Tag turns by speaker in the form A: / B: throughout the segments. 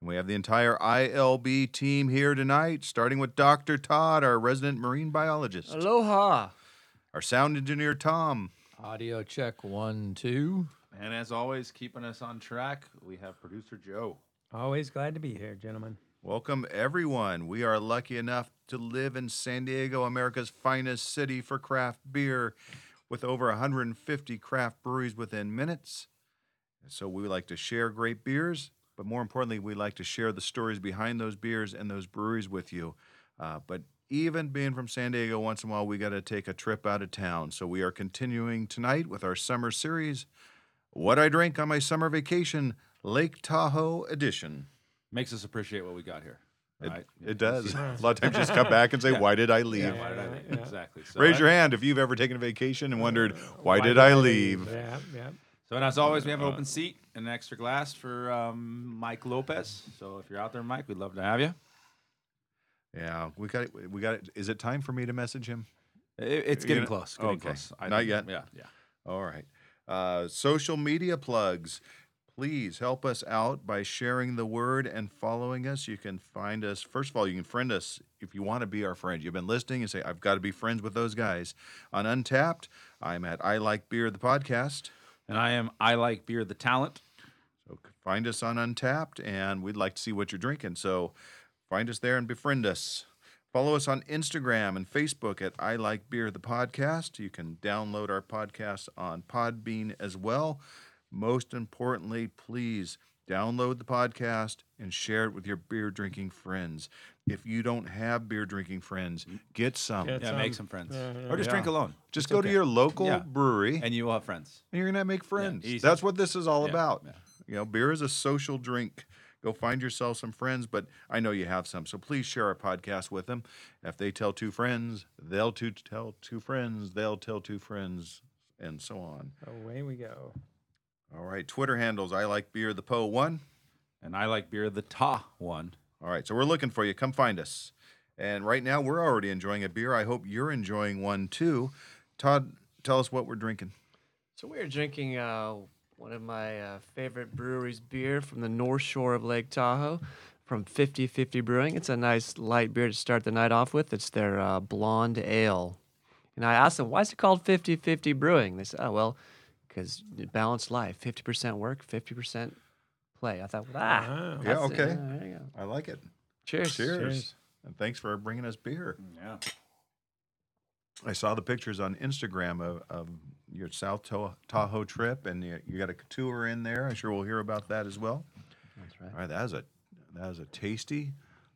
A: and we have the entire ILB team here tonight, starting with Dr. Todd, our resident marine biologist,
B: Aloha.
A: our sound engineer, Tom,
B: Audio check one, two.
C: And as always, keeping us on track, we have producer Joe.
D: Always glad to be here, gentlemen.
A: Welcome, everyone. We are lucky enough to live in San Diego, America's finest city for craft beer, with over 150 craft breweries within minutes. So, we like to share great beers, but more importantly, we like to share the stories behind those beers and those breweries with you. Uh, but even being from San Diego, once in a while, we got to take a trip out of town. So, we are continuing tonight with our summer series What I Drank on My Summer Vacation, Lake Tahoe Edition.
C: Makes us appreciate what we got here. Right?
A: It does. a lot of times you just come back and say, Why did I leave?
C: Why did I leave? Exactly. So
A: Raise
C: that-
A: your hand if you've ever taken a vacation and wondered, Uh, Why, did I leave?
D: Yeah, yeah.
C: So, and as always, we have an open seat and an extra glass for um, Mike Lopez. So, if you're out there, Mike, we'd love to have you.
A: Yeah, we got it. We got it. Is it time for me to message him?
C: It, it's
A: You
C: getting
A: know-
C: close. Getting
A: okay.
C: close.
A: Not
C: think-
A: yet?
C: Yeah. Yeah.
A: All right. Uh, social media plugs. Please help us out by sharing the word and following us. You can find us. First of all, you can friend us if you want to be our friend. You've been listening and say, I've got to be friends with those guys. On Untapped, I'm at I Like Beer, the podcast.
C: And I am I Like Beer the Talent.
A: So c- find us on Untapped, and we'd like to see what you're drinking. So find us there and befriend us. Follow us on Instagram and Facebook at I Like Beer the Podcast. You can download our podcast on Podbean as well. Most importantly, please download the podcast and share it with your beer drinking friends. If you don't have beer drinking friends, get some.
D: Get
C: Yeah,
D: Some-
C: make some friends.
D: yeah, yeah.
C: Or just drink alone.
A: Just go to your local
C: Yeah.
A: brewery
C: And you will have friends.
A: and you're gonna make friends.
C: easy.
A: That's what this is all
C: Yeah,
A: about.
C: yeah.
A: You know, beer is a social drink. Go find yourself some friends, but I know you have some, so please share our podcast with them. If they tell two friends, they'll two tell two friends, they'll tell two friends, and so on.
D: Away we go.
A: All right, Twitter handles. I like beer. The Po one.
C: And I Like Beer the Ta one.
A: All right, so we're looking for you. Come find us. And right now, we're already enjoying a beer. I hope you're enjoying one too. Todd, tell us what we're drinking.
E: So we are drinking uh, one of my uh, favorite breweries' beer from the North Shore of Lake Tahoe, from 50/50 Brewing. It's a nice light beer to start the night off with. It's their uh, blonde ale. And I asked them, why is it called 50/50 Brewing? They said, oh, well, because balanced life, 50% work, 50% play. I thought, ah.
A: Yeah,
E: that's it.
A: okay.
E: Yeah, there you go.
A: I like it.
E: Cheers.
A: Cheers. And thanks for bringing us beer.
C: Yeah.
A: I saw the pictures on Instagram of, of your South Ta- Tahoe trip, and you, you got a tour in there. I'm sure we'll hear about that as well.
E: That's right.
A: All right, that is a that is a tasty,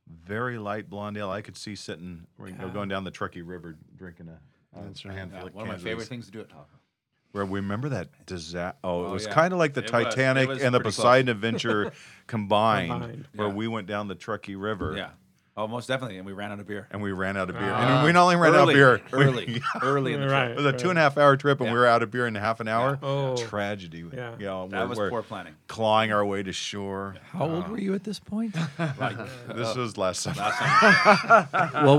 A: very light blonde ale. I could see sitting we're gonna go- going down the Truckee River drinking a, a handful of
C: One of my
A: cans
C: favorite
A: this.
C: things to do at Tahoe.
A: Where we remember that disaster. Oh, it
C: Oh,
A: was
C: yeah.
A: kind of like the
C: It was- it
A: Titanic
C: was
A: and the
C: pretty close.
A: Poseidon Adventure combined,
D: Combined.
A: where
C: Yeah.
A: we went down the Truckee River.
C: Yeah. Oh, most definitely. And we ran out of beer.
A: And we ran out of beer.
E: Ah.
A: and we not only ran
C: early,
A: out of beer, we-
C: Early. early in the trip.
D: Right.
A: It was a two and a half hour trip, and we were out of beer in half an hour.
D: Oh.
A: Tragedy.
D: Yeah.
A: You know,
C: That
A: we're-
C: was
A: we're
C: poor planning.
A: Clawing our way to shore.
B: How old were you at this point?
C: Like,
B: Uh,
A: This was last summer.
B: well,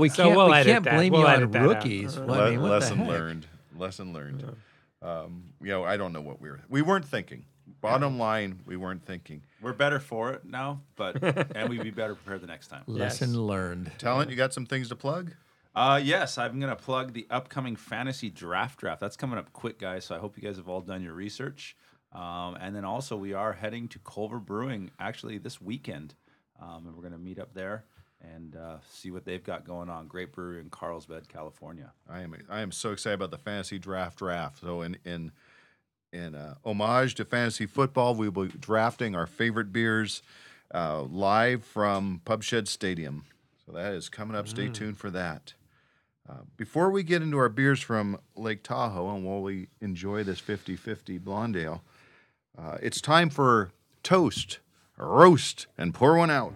B: we
D: So
B: can't,
D: we'll
B: we
D: edit
B: can't
D: that.
B: blame
D: We'll
B: you
D: edit
B: on
D: that out.
E: Uh,
B: rookies. Well, I
A: Le-
B: mean, what the
A: lesson
B: heck?
A: learned. Lesson learned. Um, you know, I don't know what we were. We weren't thinking. Bottom line, we weren't thinking.
C: we're better for it now, but and we'd be better prepared the next time.
B: Lesson learned.
A: Talent, you got some things to plug?
C: Uh, yes, I'm gonna plug the upcoming fantasy draft draft. That's coming up quick, guys. So I hope you guys have all done your research. Um, and then also we are heading to Culver Brewing actually this weekend, um, and we're gonna meet up there and uh, see what they've got going on. Great brewery in Carlsbad, California.
A: I am I am so excited about the fantasy draft draft. So in in in uh, homage to fantasy football, we will be drafting our favorite beers uh, live from Pub Shed Stadium. So that is coming up. Stay tuned for that. Uh, before we get into our beers from Lake Tahoe and while we enjoy this 50-50 blonde ale, uh, it's time for toast, roast, and pour one out.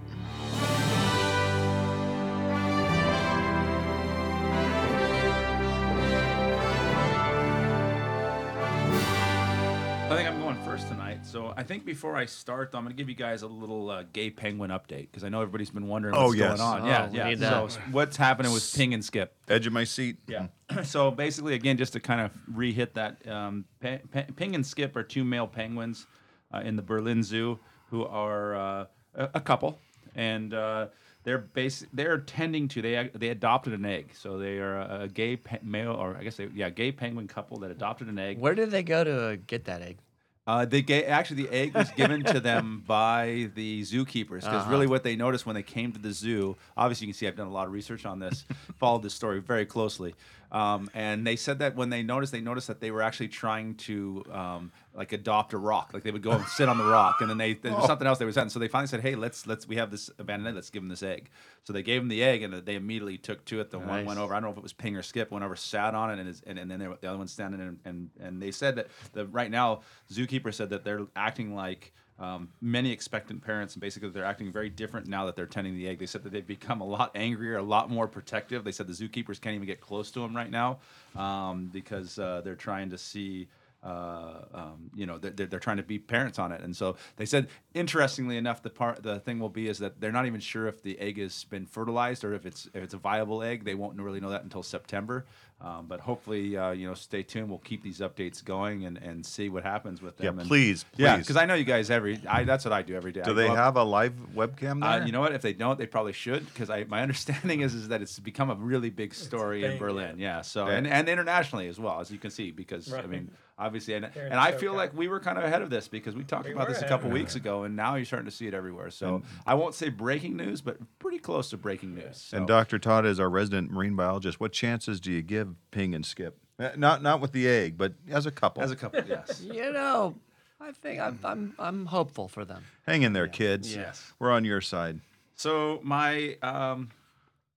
C: I think I'm going first tonight. So I think before I start, though, I'm going to give you guys a little uh, gay penguin update because I know everybody's been wondering
A: Oh,
C: what's
A: yes.
C: going on.
E: Oh, we
C: yeah, yeah.
E: need that.
C: So what's happening with Ping and Skip?
A: Edge of my seat.
C: Yeah.
E: Mm-hmm.
C: so basically, again, just to kind of re-hit that, um, pe- pe- Ping and Skip are two male penguins uh, in the Berlin Zoo who are uh, a-, a couple, and uh, they're bas- they're tending to they they adopted an egg, so they are a, a gay pe- male or I guess they, yeah gay penguin couple that adopted an egg.
E: Where did they go to uh, get that egg?
C: Uh, the ga- actually the egg was given to them by the zookeepers because really what they noticed when they came to the zoo, obviously you can see I've done a lot of research on this, followed this story very closely, um, and they said that when they noticed, they noticed that they were actually trying to um, like adopt a rock, like they would go and sit on the rock, and then they there was something else they were saying, so they finally said, hey, let's let's we have this abandoned egg, let's give them this egg. So they gave them the egg, and they immediately took to it. The one
E: Nice.
C: went over over. I don't know if it was Ping or Skip. Went over, sat on it, and is, and, and then there, the other one's standing. And, and and they said that the right now zookeeper said that they're acting like um, many expectant parents, and basically they're acting very different now that they're tending the egg. They said that they've become a lot angrier, a lot more protective. They said the zookeepers can't even get close to them right now um, because uh, they're trying to see. Uh, um, you know, they're, they're, they're trying to be parents on it, and so they said. Interestingly enough, the part the thing will be is that they're not even sure if the egg has been fertilized or if it's if it's a viable egg. They won't really know that until September. Um, but hopefully, uh, you know, stay tuned. We'll keep these updates going and, and see what happens with
A: Yeah,
C: them. and-
A: please,
C: Yeah,
A: please.
C: because I know you guys every. I that's what I do every day.
A: Do
C: I
A: they
C: go up-
A: have a live webcam there?
C: uh, you know what? If they don't, they probably should because I my understanding is is that it's become a really big story in
D: thing,
C: Berlin. Yeah. So
A: Yeah.
C: and, and internationally as well as you can see because I
D: Right.
C: mean obviously and,
D: They're in
C: and I feel
D: SoCal.
C: like we were kind of ahead of this because we talked
D: We
C: about
D: were
C: this a
D: ahead
C: couple
D: of
C: weeks ago and now you're starting to see it everywhere. So I won't say breaking news, but pretty close to breaking news. So.
A: And Dr. Todd is our resident marine biologist. What chances do you give Ping and Skip? Uh, Not not with the egg, but as a couple.
C: as a couple, yes.
E: You know, I think I'm I'm, I'm hopeful for them.
A: Hang in there, kids.
C: Yes.
A: We're on your side.
C: So my um,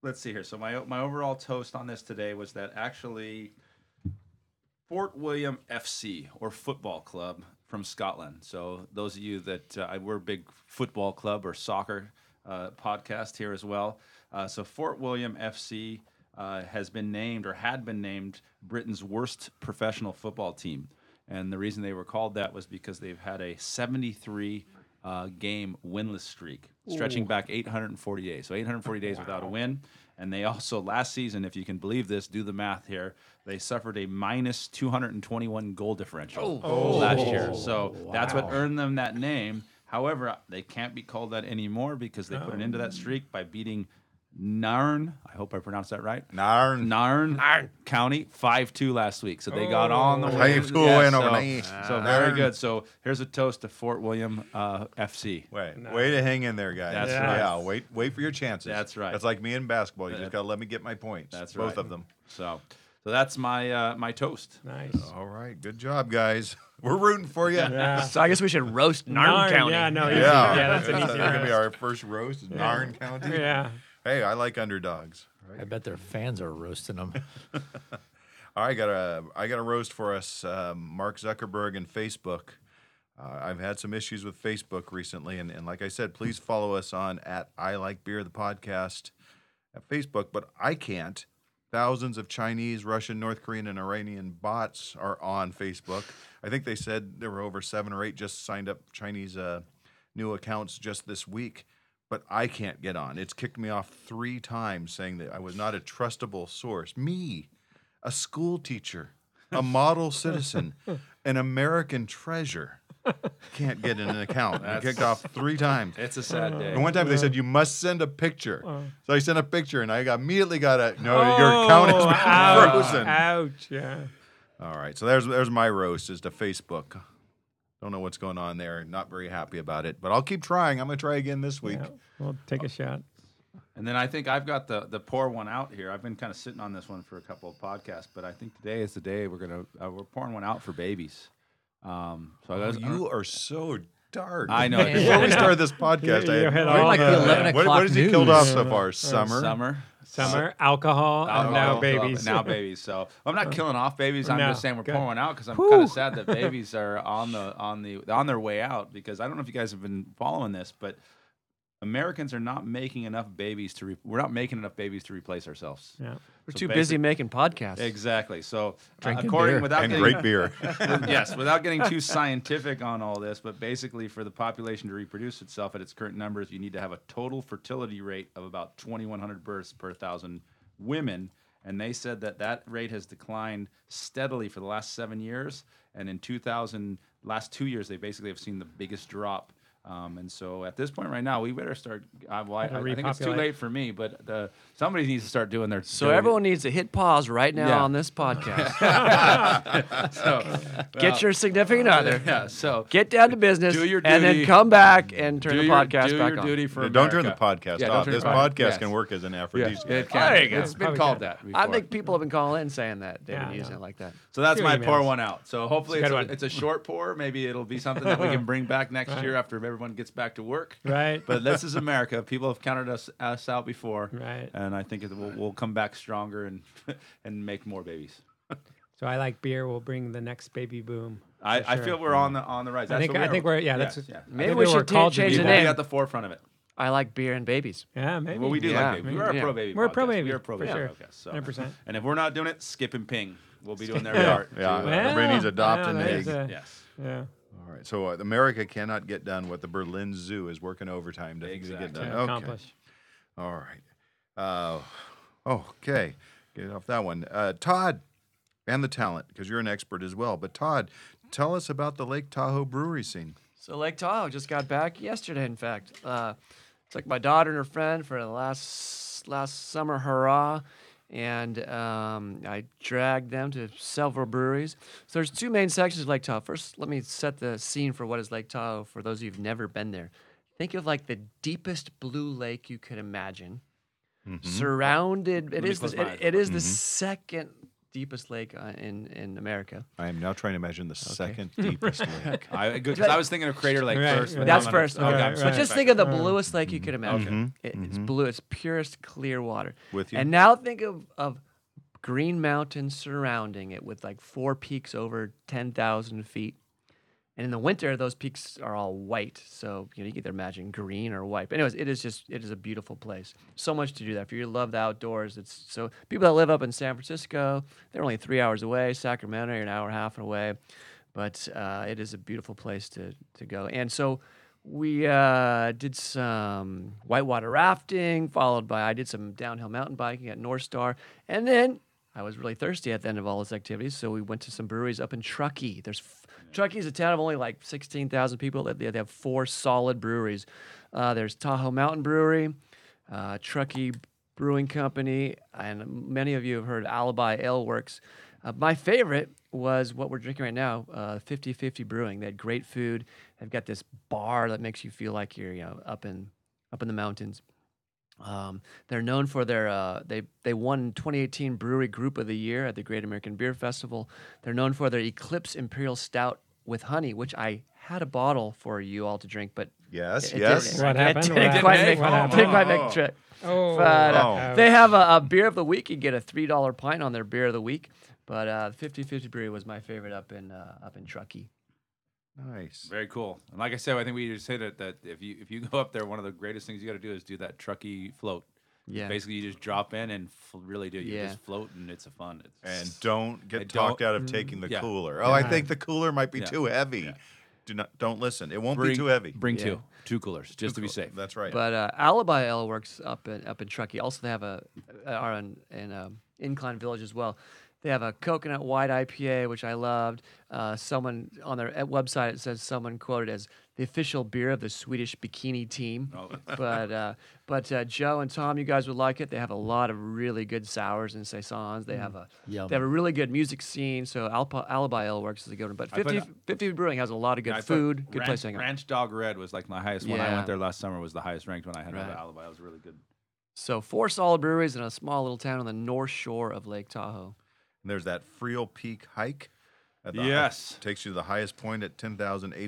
C: let's see here. So my my overall toast on this today was that actually Fort William FC or football club from Scotland. So those of you that uh, we're a big football club or soccer uh, podcast here as well. Uh, so Fort William FC uh, has been named or had been named Britain's worst professional football team, and the reason they were called that was because they've had a 73 uh, game winless streak stretching back 840 days. So 840 days without a win. And they also, last season, if you can believe this, do the math here, they suffered a minus 221 goal differential last year. So that's what earned them that name. However, they can't be called that anymore because they put an end to that streak by beating Narn. I hope I pronounced that right.
A: Narn.
C: Narn, County 5 2 last week. So they got on the
A: 5-2
C: way.
A: win
C: so,
A: over Nice.
C: so very
A: Narn.
C: good. So here's a toast to Fort William uh, FC.
A: Wait, way to hang in there, guys.
C: That's
A: yeah.
C: right.
A: wait, wait for your chances.
C: That's right.
A: That's like me in basketball. You
C: That-
A: just gotta let me get my points.
C: That's
A: both
C: right.
A: of them.
C: So, so that's my uh, my toast.
D: Nice.
A: All right, good job, guys. We're rooting for you. Yeah,
D: Yeah.
E: So I guess we should roast Narn
D: Uh, Narn,
E: County.
D: Yeah, no, easy.
A: yeah.
D: yeah. that's an
A: That's
D: easy
A: gonna be
D: roast.
A: our first roast. Is Narn County.
D: Yeah.
A: Hey, I like underdogs.
B: I bet their fans are roasting them.
A: I got a I got a roast for us, um, Mark Zuckerberg and Facebook. Uh, I've had some issues with Facebook recently, and, and like I said, please follow us on at I Like Beer the podcast at Facebook. But I can't. Thousands of Chinese, Russian, North Korean, and Iranian bots are on Facebook. I think they said there were over seven or eight just signed up Chinese uh, new accounts just this week. But I can't get on. It's kicked me off three times saying that I was not a trustable source. Me a school teacher, a model citizen, an American treasure. Can't get in an account. I kicked off three times.
C: It's a sad day.
A: And one time they said you must send a picture. So I sent a picture, and I got, immediately got a no. your account has
D: Oh,
A: been
D: ouch,
A: frozen.
D: Ouch. Yeah.
A: All right, so there's there's my roast is to Facebook. Don't know what's going on there. Not very happy about it, but I'll keep trying. I'm gonna try again this week.
D: yeah. We'll take a shot.
C: And then I think I've got the the pour one out here. I've been kind of sitting on this one for a couple of podcasts, but I think today is the day we're gonna uh, we're pouring one out for babies. Um, so I
A: Oh,
C: goes,
A: you are so dark.
C: I know.
A: Before we started this podcast,
D: You
A: I
D: had
A: had
D: all
B: like the
D: the-
B: 11
A: what, what
B: o'clock
A: has he killed off
B: news.
A: so far? Summer.
C: uh, summer.
D: Summer, alcohol, and now
C: Alcohol,
D: babies.
C: Now babies. So I'm not killing off babies. I'm
D: No,
C: just saying we're
D: good.
C: pouring one out because I'm kind
D: Whew.
C: of sad that babies are on the on the on their way out. Because I don't know if you guys have been following this, but Americans are not making enough babies to re- we're not making enough babies to replace ourselves.
D: Yeah.
E: We're
C: So
E: too
C: basic-
E: busy making podcasts.
C: Exactly. So, uh,
B: Drinking
C: according
B: beer.
C: without
A: and
C: getting
A: great beer.
C: yes, without getting too scientific on all this, but basically, for the population to reproduce itself at its current numbers, you need to have a total fertility rate of about 2,100 births per thousand women. And they said that that rate has declined steadily for the last seven years. And in 2000, last two years, they basically have seen the biggest drop. Um, and so at this point right now, we better start. I, well, I, I
D: Gotta
C: think it's too
D: repopulate.
C: late for me, but the, somebody needs to start doing their.
E: So
C: their-
E: everyone needs to hit pause right now
C: Yeah.
E: on this podcast.
C: so,
E: Get your significant other.
C: yeah. So
E: Get down to business.
C: Do your
E: And then
C: duty.
E: come back and turn the podcast
C: do
E: back
C: your
E: on.
C: duty for
A: don't turn the
C: America.
A: podcast
C: Yeah, don't
A: off.
C: turn the
A: This
C: pod-
A: podcast
C: yes.
A: can work as an
C: Yeah,
A: aphrodisiac.
C: it can.
E: There you go.
C: It's been
D: Probably
C: called
D: can.
C: that. Before.
E: I think people have been calling in saying that. They've
D: Yeah,
E: been
D: I
E: using
D: know.
E: it like that.
C: so. That's
D: Few
C: my pour
D: emails.
C: one out. So hopefully
D: It's
C: it's
D: a
C: a,
D: good one.
C: it's a short pour. Maybe it'll be something that we can bring back next year after everyone gets back to work.
D: Right.
C: But this is America. People have counted us us out before.
D: Right.
C: And I think it, we'll, we'll come back stronger and and make more babies.
D: So I like beer. We'll bring the next baby boom.
C: I,
D: for
C: I
D: sure.
C: feel we're on the on the rise.
D: I
C: That's
D: think
C: what we
D: I
C: are.
D: think we're yeah. That's
C: yeah.
D: I
E: Maybe
D: think
E: we
D: we were
E: should ta-
D: called to
E: change
D: be
E: the
C: We'll
D: that.
C: be
E: name.
C: at the forefront of it.
E: I like beer and babies.
D: Yeah, maybe.
C: Well, we do
E: Yeah.
C: like baby. We are a
E: Yeah.
C: pro baby.
D: We're a
C: podcast.
D: pro baby,
C: We are a pro
D: for
C: baby
D: sure.
C: podcast. So.
D: 100%.
C: And if we're not doing it, skip and ping. We'll be doing their
A: Yeah,
C: part.
A: yeah.
C: to, uh,
D: Yeah,
A: Everybody needs to adopt
D: yeah,
A: an
D: that is
A: egg.
D: a-
C: Yes.
D: Yeah.
A: All right. So uh, America cannot get done what the Berlin Zoo is working overtime to
C: Exactly.
A: get
D: To
A: done. Okay.
D: accomplish.
A: All right. Uh, okay. Get off that one. Uh, Todd and the talent, because you're an expert as well. But Todd, tell us about the Lake Tahoe brewery scene.
E: So Lake Tahoe just got back yesterday. In fact, uh, it's like my daughter and her friend for the last last summer hurrah, and um, I dragged them to several breweries. So there's two main sections of Lake Tahoe. First, let me set the scene for what is Lake Tahoe for those of you who've never been there. Think of like the deepest blue lake you could imagine, surrounded.
C: Mm-hmm.
E: It
C: me
E: is the,
C: close my
E: it,
C: eyes. Mm-hmm.
E: it is the second deepest lake uh, in in America.
A: I am now trying to imagine the second deepest lake.
C: I good because I was thinking of Crater Lake
D: Right,
C: first. but
D: right.
E: That's
C: I'm gonna-
E: first.
C: Okay,
D: Right,
C: I'm
D: right.
E: But
C: sorry.
E: just think of the bluest lake you could imagine. It, it's blue. It's purest clear water.
A: Mm-hmm. With you.
E: And now think of of Green Mountain surrounding it with like four peaks over ten thousand feet. And in the winter, those peaks are all white. So you know you can either imagine green or white. But anyways, it is just it is a beautiful place. So much to do there. If you love the outdoors, it's so people that live up in San Francisco, they're only three hours away. Sacramento, you're an hour and a half away. But uh, it is a beautiful place to to go. And so we uh, did some whitewater rafting, followed by I did some downhill mountain biking at North Star, and then I was really thirsty at the end of all those activities, so we went to some breweries up in Truckee. There's f- Truckee is a town of only like 16,000 people. They they have four solid breweries. Uh, there's Tahoe Mountain Brewery, uh, Truckee Brewing Company, and many of you have heard Alibi Ale Works. Uh, my favorite was what we're drinking right now, uh, 50-50 Brewing. They had great food. They've got this bar that makes you feel like you're you know up in up in the mountains. Um, they're known for their uh, they they won 2018 Brewery Group of the Year at the Great American Beer Festival. They're known for their Eclipse Imperial Stout with honey, which I had a bottle for you all to drink, but
A: Yes,
E: it
A: yes.
E: didn't-
D: What
E: it
D: happened?
E: didn't
D: What happened?
E: quite make-
D: What happened?
E: Didn't quite make the trip.
D: Oh.
E: But uh,
A: Oh.
E: they have a, a beer of the week. You get a three dollar pint on their beer of the week. But uh, 50-50 Brewery was my favorite up in uh, up in Truckee.
A: Nice.
C: Very cool. And like I said, I think we just hit it that if you if you go up there, one of the greatest things you got to do is do that Truckee float.
E: Yeah.
C: Basically, you just drop in and f- really do. You
E: Yeah.
C: just float and it's a fun. It's,
A: And don't get
C: I
A: talked
C: don't-
A: out of taking the
C: Mm, yeah.
A: cooler. Oh, I think the cooler might be
C: Yeah.
A: too heavy. Do not. Don't listen. It won't be
C: bring
A: too heavy.
C: Bring
E: Yeah.
C: two two coolers just to be safe.
A: That's right.
E: But uh, Alibi Ale works up in up in Truckee. Also, they have a uh, are in, in um, Incline Village as well. They have a coconut white IPA, which I loved. Uh, someone on their uh, website it says someone quoted as the official beer of the Swedish bikini team.
C: Oh.
E: but uh, but uh, Joe and Tom, you guys would like it. They have a lot of really good sours and saisons. They have a
B: Yum.
E: they have a really good music scene. So Alpa, Alibi Ale works is a good one. But
C: I put
E: 50,
C: a-
E: 50 Brewing has a lot of good
C: I put
E: food, good
C: ranch,
E: place to hang out.
C: Ranch Dog Red was like my highest one. I
E: Yeah.
C: went there last summer. Was the highest ranked one I had right.
E: Right.
C: Alibi. It was really good.
E: So four solid breweries in a small little town on the north shore of Lake Tahoe.
A: And there's that Friel Peak hike. At
C: Yes.
A: takes you to the highest point at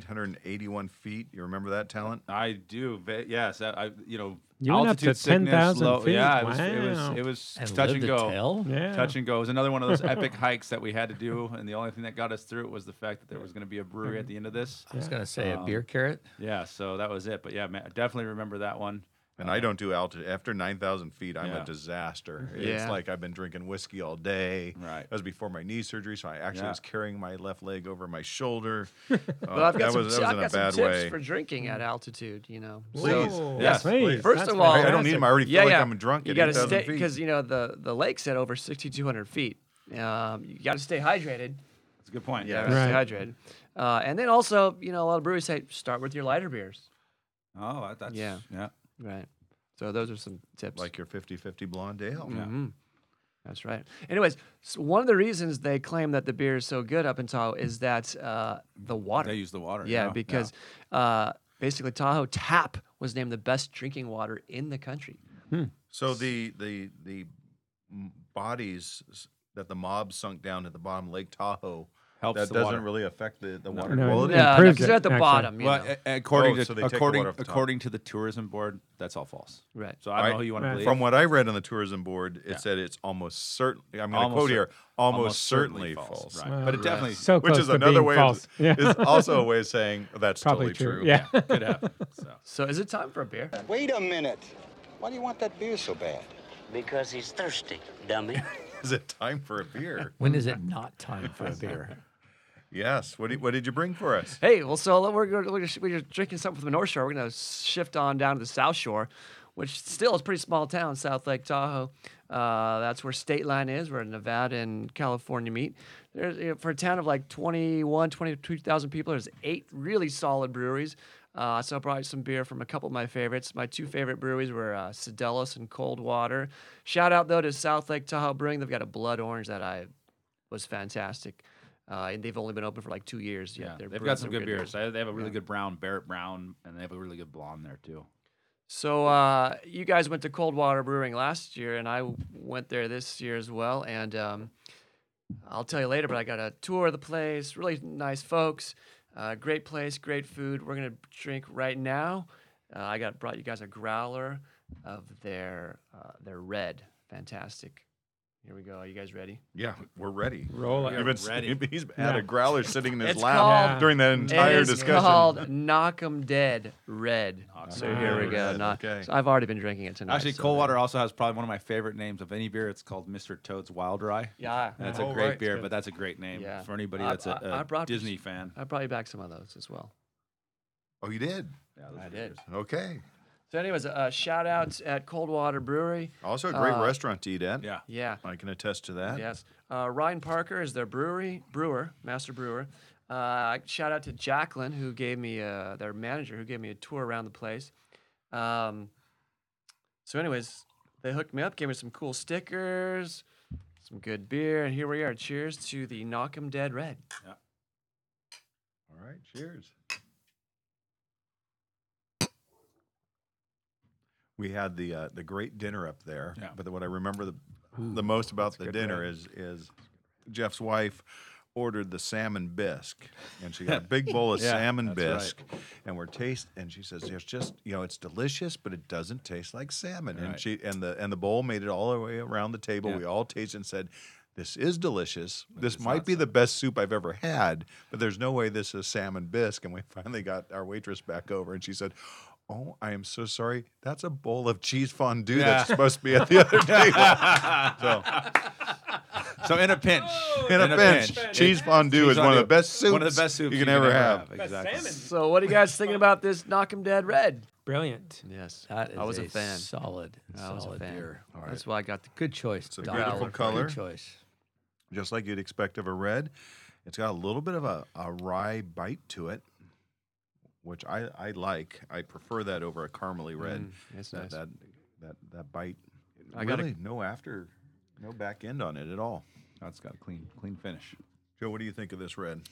A: 10,881 feet. You remember that talent?
C: I do. ve- Yes, I, I you know
D: You went up
C: altitude
D: to
C: sickness,
D: 10,000
C: low-
D: feet.
C: Yeah, it was it
D: Wow.
C: was, it was
B: And
C: touch
B: live
C: and
B: to
C: go.
B: tell?
D: Yeah.
C: Touch and go. It was another one of those epic hikes that we had to do, and the only thing that got us through it was the fact that there was going to be a brewery at the end of this.
B: I was gonna say a
A: Um,
B: beer carrot.
C: Yeah, so that was it. But yeah, man, I definitely remember that one.
A: And I don't do altitude. After 9,000 feet, I'm
C: Uh-huh. Yeah.
A: a disaster. It's
E: Yeah.
A: like I've been drinking whiskey all day.
C: Right.
A: That was before my knee surgery, so I actually
C: Yeah.
A: was carrying my left leg over my shoulder. Uh,
E: But I've got
A: Oh, that
E: some,
A: was,
E: ti-
A: that was
E: I've
A: in a
E: got some
A: bad
E: tips
A: way.
E: for drinking at altitude. You know, So-
A: Please.
C: Yes,
D: please.
E: First
D: That's
E: of all-
A: I,
D: fantastic.
A: I don't need them. I already feel
E: yeah,
A: like
E: yeah.
A: I'm drunk
E: You
A: at
E: gotta
A: 8,000
E: stay
A: feet.
E: because you know the the lake's at over 6,200 feet. Um, you got to stay hydrated.
C: That's a good point.
E: Yeah,
D: Right.
E: stay hydrated. Uh, and then also, you know, a lot of breweries say start with your lighter beers.
C: Oh, that- that's yeah.
E: Yeah. Right. So those are some tips.
A: like your 50 50 blonde ale.
E: Mhm. That's right. Anyways, s one of the reasons they claim that the beer is so good up in Tahoe is that uh, the water.
C: They use the water.
E: yeah, because Uh, basically Tahoe Tap was named the best drinking water in the country.
A: So the the the m- bodies s- that the mob sunk down at the bottom of Lake Tahoe
C: Helps
A: that
C: the
A: doesn't
C: water.
A: really affect the, the water
D: No,
A: quality.
D: It
E: Yeah,
D: improves
E: because Uh, they're
D: it,
E: at the
D: actually.
E: bottom. You
C: Well,
E: know.
C: a- according
A: Oh,
C: to
A: so they take the
C: according
A: water off the top.
C: according to the tourism board, that's all false.
E: Right.
C: So I don't
A: I-
C: know who you want
D: Right.
C: to believe.
A: From what I read on the tourism board, it said it's almost certainly. I'm going to
C: Almost
A: quote
C: cer-
A: here: almost, certainly, false.
C: Right. but it definitely
D: So
A: Which
D: close
A: is
D: to
A: another
D: being
A: way.
D: false.
A: Of,
D: yeah.
A: Is also a way of saying that's
D: Probably
A: totally true.
D: true. Yeah.
C: could happen. So.
E: So is it time for a beer?
F: Wait a minute. Why do you want that beer so bad?
G: Because he's thirsty, dummy.
A: Is it time for a beer?
B: When is it not time for a beer?
A: yes. What did, what did you bring for us?
E: Hey, well, so let- we're, gonna- we're, just- we're just drinking something from the North Shore. We're going to shift on down to the South Shore, which still is a pretty small town, South Lake Tahoe. Uh, that's where state line is, where Nevada and California meet. There's, you know, for a town of like 21, 22,000 people, there's eight really solid breweries. Uh, so I brought some beer from a couple of my favorites. My two favorite breweries were uh, Sedelis and Coldwater. Shout out, though, to South Lake Tahoe Brewing. They've got a blood orange that I was fantastic. Uh, and they've only been open for like two years.
C: Yeah,
E: their
C: they've
E: brewing-
C: got some
E: their
C: good
E: beer-
C: beers. They have- they have a really good brown, Barrett Brown, and they have a really good blonde there too.
E: So uh, you guys went to Coldwater Brewing last year, and I w- went there this year as well. And um, I'll tell you later, but I got a tour of the place. Really nice folks, uh, great place, great food. We're gonna drink right now. Uh, I got brought you guys a growler of their uh, their red, fantastic. Here we go. Are you guys ready?
A: Yeah, we're ready.
D: Roll it.
A: You've been-
C: ready.
A: He's had
D: Yeah.
A: a growler sitting in his
E: It's
A: lap
E: called-
A: during that entire
E: it is
A: discussion.
E: called Knock 'Em Dead Red. so here we
A: Dead
E: go.
A: Red,
E: Not,
A: okay.
E: so I've already been drinking it tonight.
C: Actually,
E: so-
C: Coldwater also has probably one of my favorite names of any beer. It's called Mr. Toad's Wild Rye.
E: Yeah.
C: And it's
A: Oh,
C: a great
A: right.
C: beer, but that's a great name
E: Yeah.
C: for anybody
E: I-
C: that's a
E: I- I
C: a
E: brought you-
C: Disney fan.
E: I brought you back some of those as well.
A: Oh, you did.
C: Yeah, those
E: I
C: are
E: did.
C: beers.
A: Okay.
E: So, anyways, uh, shout outs at Coldwater Brewery.
A: Also, a great
E: Uh,
A: restaurant to eat at.
C: Yeah.
E: Yeah.
A: I can attest to that.
E: Yes. Uh, Ryan Parker is their brewery brewer, master brewer. Uh, shout out to Jacqueline, who gave me uh, their manager, who gave me a tour around the place. Um, so, anyways, they hooked me up, gave me some cool stickers, some good beer, and here we are. Cheers to the Knock 'Em Dead Red.
A: All right. Cheers. We had the uh, the great dinner up there,
C: Yeah.
A: but what I remember the the most about the dinner is is Jeff's wife ordered the salmon bisque, and she got a big bowl of
C: Yeah,
A: salmon
C: that's right.
A: bisque, and we're taste, and she says there's just you know it's delicious, but it doesn't taste like salmon, and
C: Right.
A: she and the and the bowl made it all the way around the table.
C: Yeah.
A: We all tasted and said. This is delicious. This
C: it's
A: might
C: not
A: be the best soup I've ever had, but there's no way this is salmon bisque. And we finally got our waitress back over, and she said, "Oh, I am so sorry. That's a bowl of cheese fondue that's
C: Yeah.
A: supposed to be at the other table."
C: So in a pinch,
A: Oh, in a pinch. Cheese fondue is one of the best soups.
C: One of the best soups
A: you can ever have.
C: Exactly.
E: So, what do you guys thinking about this Knock 'Em Dead Red?
D: Brilliant.
E: Yes.
B: That is
E: I was a, fan.
B: Solid,
E: I was a
B: solid
E: fan.
B: beer.
E: That's why I got the
B: Good choice.
A: a
B: Doc.
A: beautiful color.
B: Good choice.
A: Just like you'd expect of a red, it's got a little bit of a, a rye bite to it, which I, I like. I prefer that over a caramely red.
E: Mm, that's
A: that,
E: nice.
A: that that that bite.
E: I gotta-
A: really no after, no back end on it at all.
C: That's got a clean, clean finish.
A: Joe, what do you think of this red?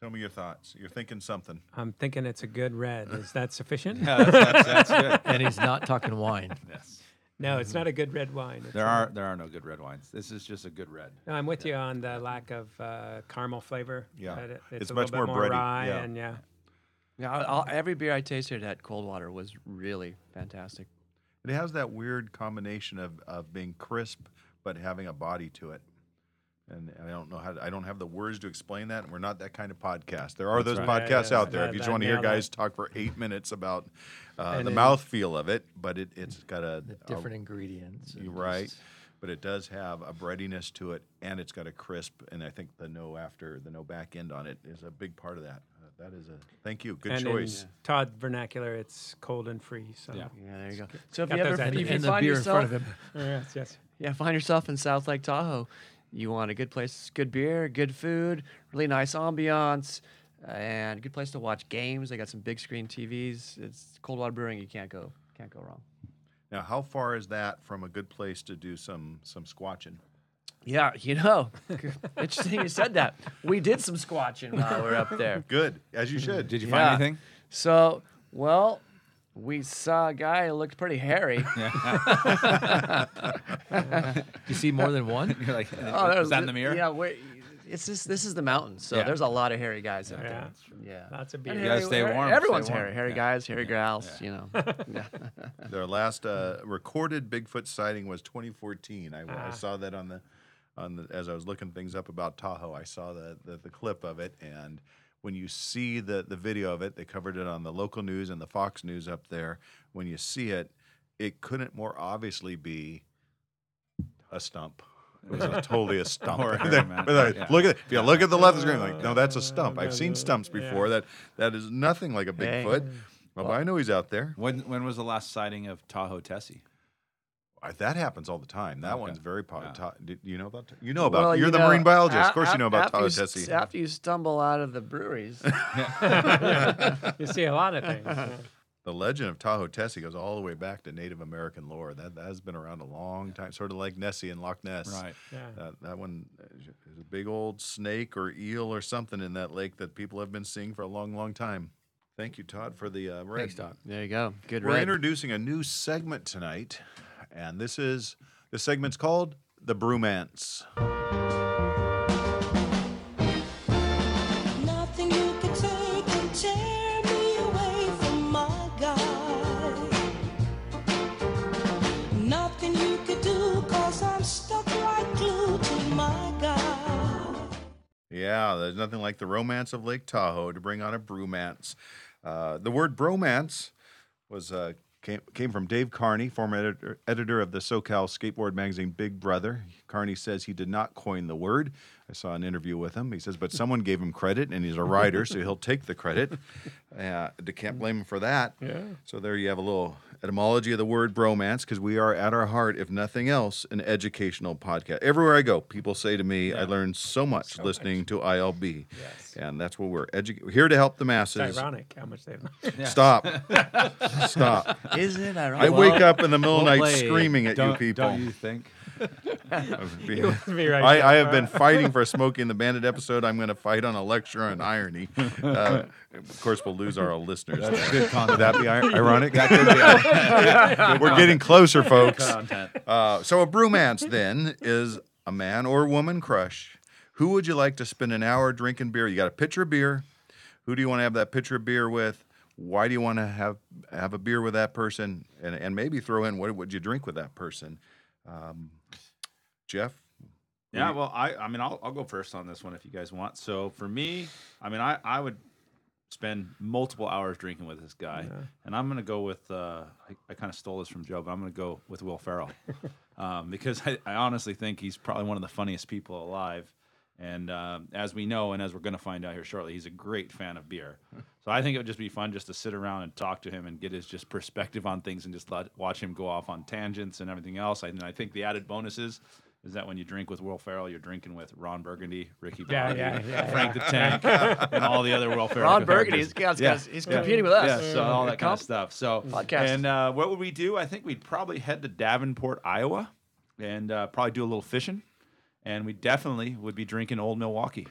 A: Tell me your thoughts. You're thinking something.
D: I'm thinking it's a good red. Is that sufficient?
C: Yeah, that's, that's, that's good.
B: And he's not talking wine.
C: Yes.
D: No, it's not a good red wine. It's
C: There
D: a-
C: are there are no good red wines. This is just a good red.
D: No, I'm with you on the lack of uh, caramel flavor.
A: Yeah.
D: but it-
A: It's
D: it's, a
A: much
D: little bit
A: more
D: more
A: bready,
D: rye
A: yeah.
D: and yeah.
E: Yeah, I'll, I'll- every beer I tasted at Coldwater was really fantastic.
A: It has that weird combination of, of being crisp but having a body to it. And I don't know how to, I don't have the words to explain that. And we're not that kind of podcast. There are
C: That's
A: those
C: right.
D: Yeah,
A: podcasts
D: yeah,
A: out there.
D: that-
A: if you just
D: that
A: want to hear
D: nailed it.
A: guys talk for eight minutes about uh,
D: And
A: the
D: it-
A: mouthfeel of it, but it, it's got a,
B: The
A: a-
B: different ingredients. and
A: Uh, you're right.
B: just-
A: But it does have a breadiness to it, and it's got a crisp, and I think the no after the no back end on it is a big part of that. Uh, that is a thank you, good
D: and
A: choice.
D: In Todd vernacular, it's cold and free. So
C: Yeah.
E: Yeah, there you go. So if
D: got
E: you
D: those
E: ever
D: ad-
E: if you
B: and the
E: find
B: beer
E: yourself,
B: in front of him.
D: Oh, yes, yes.
E: yeah, find yourself in South Lake Tahoe, you want a good place, good beer, good food, really nice ambiance, and a good place to watch games. They got some big screen TVs. It's Coldwater Brewing. You can't go can't go wrong.
A: Now, how far is that from a good place to do some some squatching?
E: Yeah, you know, interesting you said that. We did some squatching while we were up there.
A: Good, as you should.
C: Did you
E: Yeah.
C: find anything?
E: So, well, we saw a guy who looked pretty hairy.
B: Do you see more than one?
C: You're like,
E: Oh,
C: is that in the mirror?
E: Yeah, we it's just this is the mountains, so
C: Yeah.
E: there's a lot of hairy guys out
D: Yeah.
E: there. Yeah,
D: Lots of
E: And
D: beer.
C: Yeah. gotta stay
E: hairy-
C: warm,
E: Everyone's
C: stay warm.
E: hairy. Hairy
C: Yeah.
E: guys, hairy gals. You know.
A: Their last uh, recorded Bigfoot sighting was 2014. I,
C: Ah.
A: I saw that on the on the as I was looking things up about Tahoe. I saw the the, the clip of it, and when you see the the video of it, they covered it on the local news and the Fox News up there. When you see it, it couldn't more obviously be a stump. It was a- totally a stump.
C: Or a hairy man.
A: Without-
C: Yeah.
A: Look at if you look at the left of the screen, like no, that's a stump. I've seen stumps before. That that is nothing like a
E: Hey.
A: Bigfoot. Well, I know he's out there.
C: When when was the last sighting of Tahoe Tessie?
A: Uh, That happens all the time. That
C: Okay.
A: one's very
C: Yeah.
A: popular. You know about? You know about?
E: Well,
A: you're the
E: know,
A: marine biologist.
E: a-
A: of course, you
E: a-
A: know about
E: after
A: Tahoe
E: you s-
A: Tessie.
E: After you stumble out of the breweries,
D: You see a lot of things. yeah.
A: The legend of Tahoe Tessie goes all the way back to Native American lore. That, that has been around a long time, sort of like Nessie and Loch Ness.
C: Right.
D: Yeah.
A: That, that one uh, is a big old snake or eel or something in that lake that people have been seeing for a long, long time. Thank you, Todd, for the uh, red.
B: Thanks, Doc.
E: there you go. Good
A: We're
E: red.
A: introducing a new segment tonight, and this is the segment's called the Brumance.
H: Nothing you could take can tear me away from my God. Nothing you could do, cause I'm stuck like glue to my God.
A: Yeah, there's nothing like the romance of Lake Tahoe to bring on a bromance. Uh, the word bromance was uh, came, came from Dave Carney, former editor, editor of the SoCal skateboard magazine Big Brother. Carney says he did not coin the word. I saw an interview with him. He says, but someone gave him credit, and he's a writer, so he'll take the credit. Uh, d- can't blame him for that. Yeah. So there you have a little etymology of the word bromance, because we are at our heart, if nothing else, an educational podcast. Everywhere I go, people say to me, I learned so much listening to ILB. Yes. And that's what we're edu- we're here to help the masses.
D: It's ironic how much they've.
A: Stop. Stop.
E: Isn't it
A: I
E: ironic?
A: wake up in the middle of the night
C: Play.
A: screaming at
C: Don't-
A: you people.
C: Don't you think?
D: be right
A: I, I have been fighting for a Smokey and the Bandit episode. I'm going to fight on a lecture on irony. Uh, of course, we'll lose our listeners. there.
C: Good
A: Would
C: content.
A: that be ir- ironic? We're getting closer, folks.
C: content.
A: Uh, so, a bromance then is a man or woman crush. Who would you like to spend an hour drinking beer? You got a pitcher of beer. Who do you want to have that pitcher of beer with? Why do you want to have have a beer with that person? And and maybe throw in what would you drink with that person? Um, Jeff,
C: Yeah, well, I, I mean, I'll, I'll go first on this one if you guys want. So for me, I mean, I, I would spend multiple hours drinking with this guy, and I'm gonna go with. Uh, I, I kind of stole this from Joe, but I'm gonna go with Will Ferrell, um, because I, I honestly think he's probably one of the funniest people alive. And um, as we know, and as we're gonna find out here shortly, he's a great fan of beer. So I think it would just be fun just to sit around and talk to him and get his just perspective on things and just let, watch him go off on tangents and everything else. And I think the added bonus is is that when you drink with Will Ferrell, you're drinking with Ron Burgundy, Ricky
D: Yeah,
C: Bobby,
D: yeah, yeah,
C: Frank the Tank, and all the other Will Ferrell.
E: Ron Burgundy,
C: characters.
E: he's, got- he's
C: Yeah.
E: got- he's competing with us.
C: Yeah, so all that kind of stuff. So
E: Podcast.
C: And uh, what would we do? I think we'd probably head to Davenport, Iowa, and uh, probably do a little fishing. And we definitely would be drinking Old Milwaukee.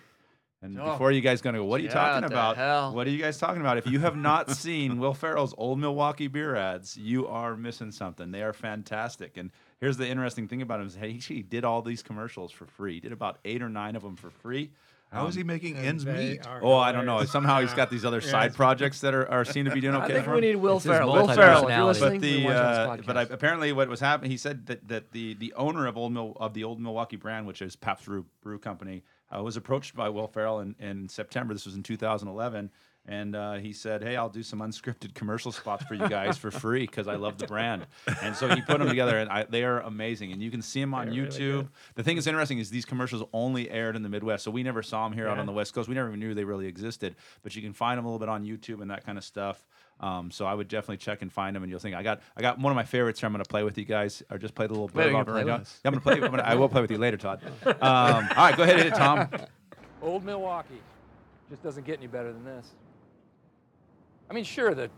C: And
E: Oh.
C: before you guys gonna go, what are you
E: Yeah,
C: talking
E: the
C: about?
E: hell.
C: What are you guys talking about? If you have not seen Will Ferrell's old Milwaukee beer ads, you are missing something. They are fantastic. And here's the interesting thing about him is he actually did all these commercials for free. He did about eight or nine of them for free.
A: How is he making
D: And
A: ends
D: they
A: meet?
D: are
C: Oh, I don't know.
D: hilarious.
C: Somehow he's
D: Yeah.
C: got these other
D: Yeah,
C: side
D: it's-
C: projects that are, are seem to be doing
E: I
C: okay
E: think
C: for
E: we
C: him.
E: need Will
B: It's his
E: Ferrell. Will Ferrell, if you're
B: multi-personality.
E: listening,
C: But
E: we
C: the
E: want you on
C: uh,
E: this
C: but I,
E: podcast.
C: apparently what was happening, he said that, that the the owner of old Mil, of the old Milwaukee brand, which is Pabst Brew, Brew Company, uh, was approached by Will Ferrell in, in September. This was in 2011, and uh, he said, "Hey, I'll do some unscripted commercial spots for you guys for free because I love the brand." And so he put them together, and I, they are amazing. And you can see them on YouTube. the thing that's interesting is these commercials only aired in the Midwest, so we never saw them here out on the West Coast. We never even knew they really existed. But you can find them a little bit on YouTube and that kind of stuff. Um, so I would definitely check and find them, and you'll think I got I got one of my favorites here. I'm going to play with you guys, or just play the little
E: Wait,
C: bird
E: you're
C: off
E: gonna
C: right
E: play
C: now.
E: with us?
C: Yeah, I'm going to play. I'm gonna, I will play with you later, Todd. Um, all right, go ahead, hit it, Tom.
I: Old Milwaukee just doesn't get any better than this. I mean, sure, the,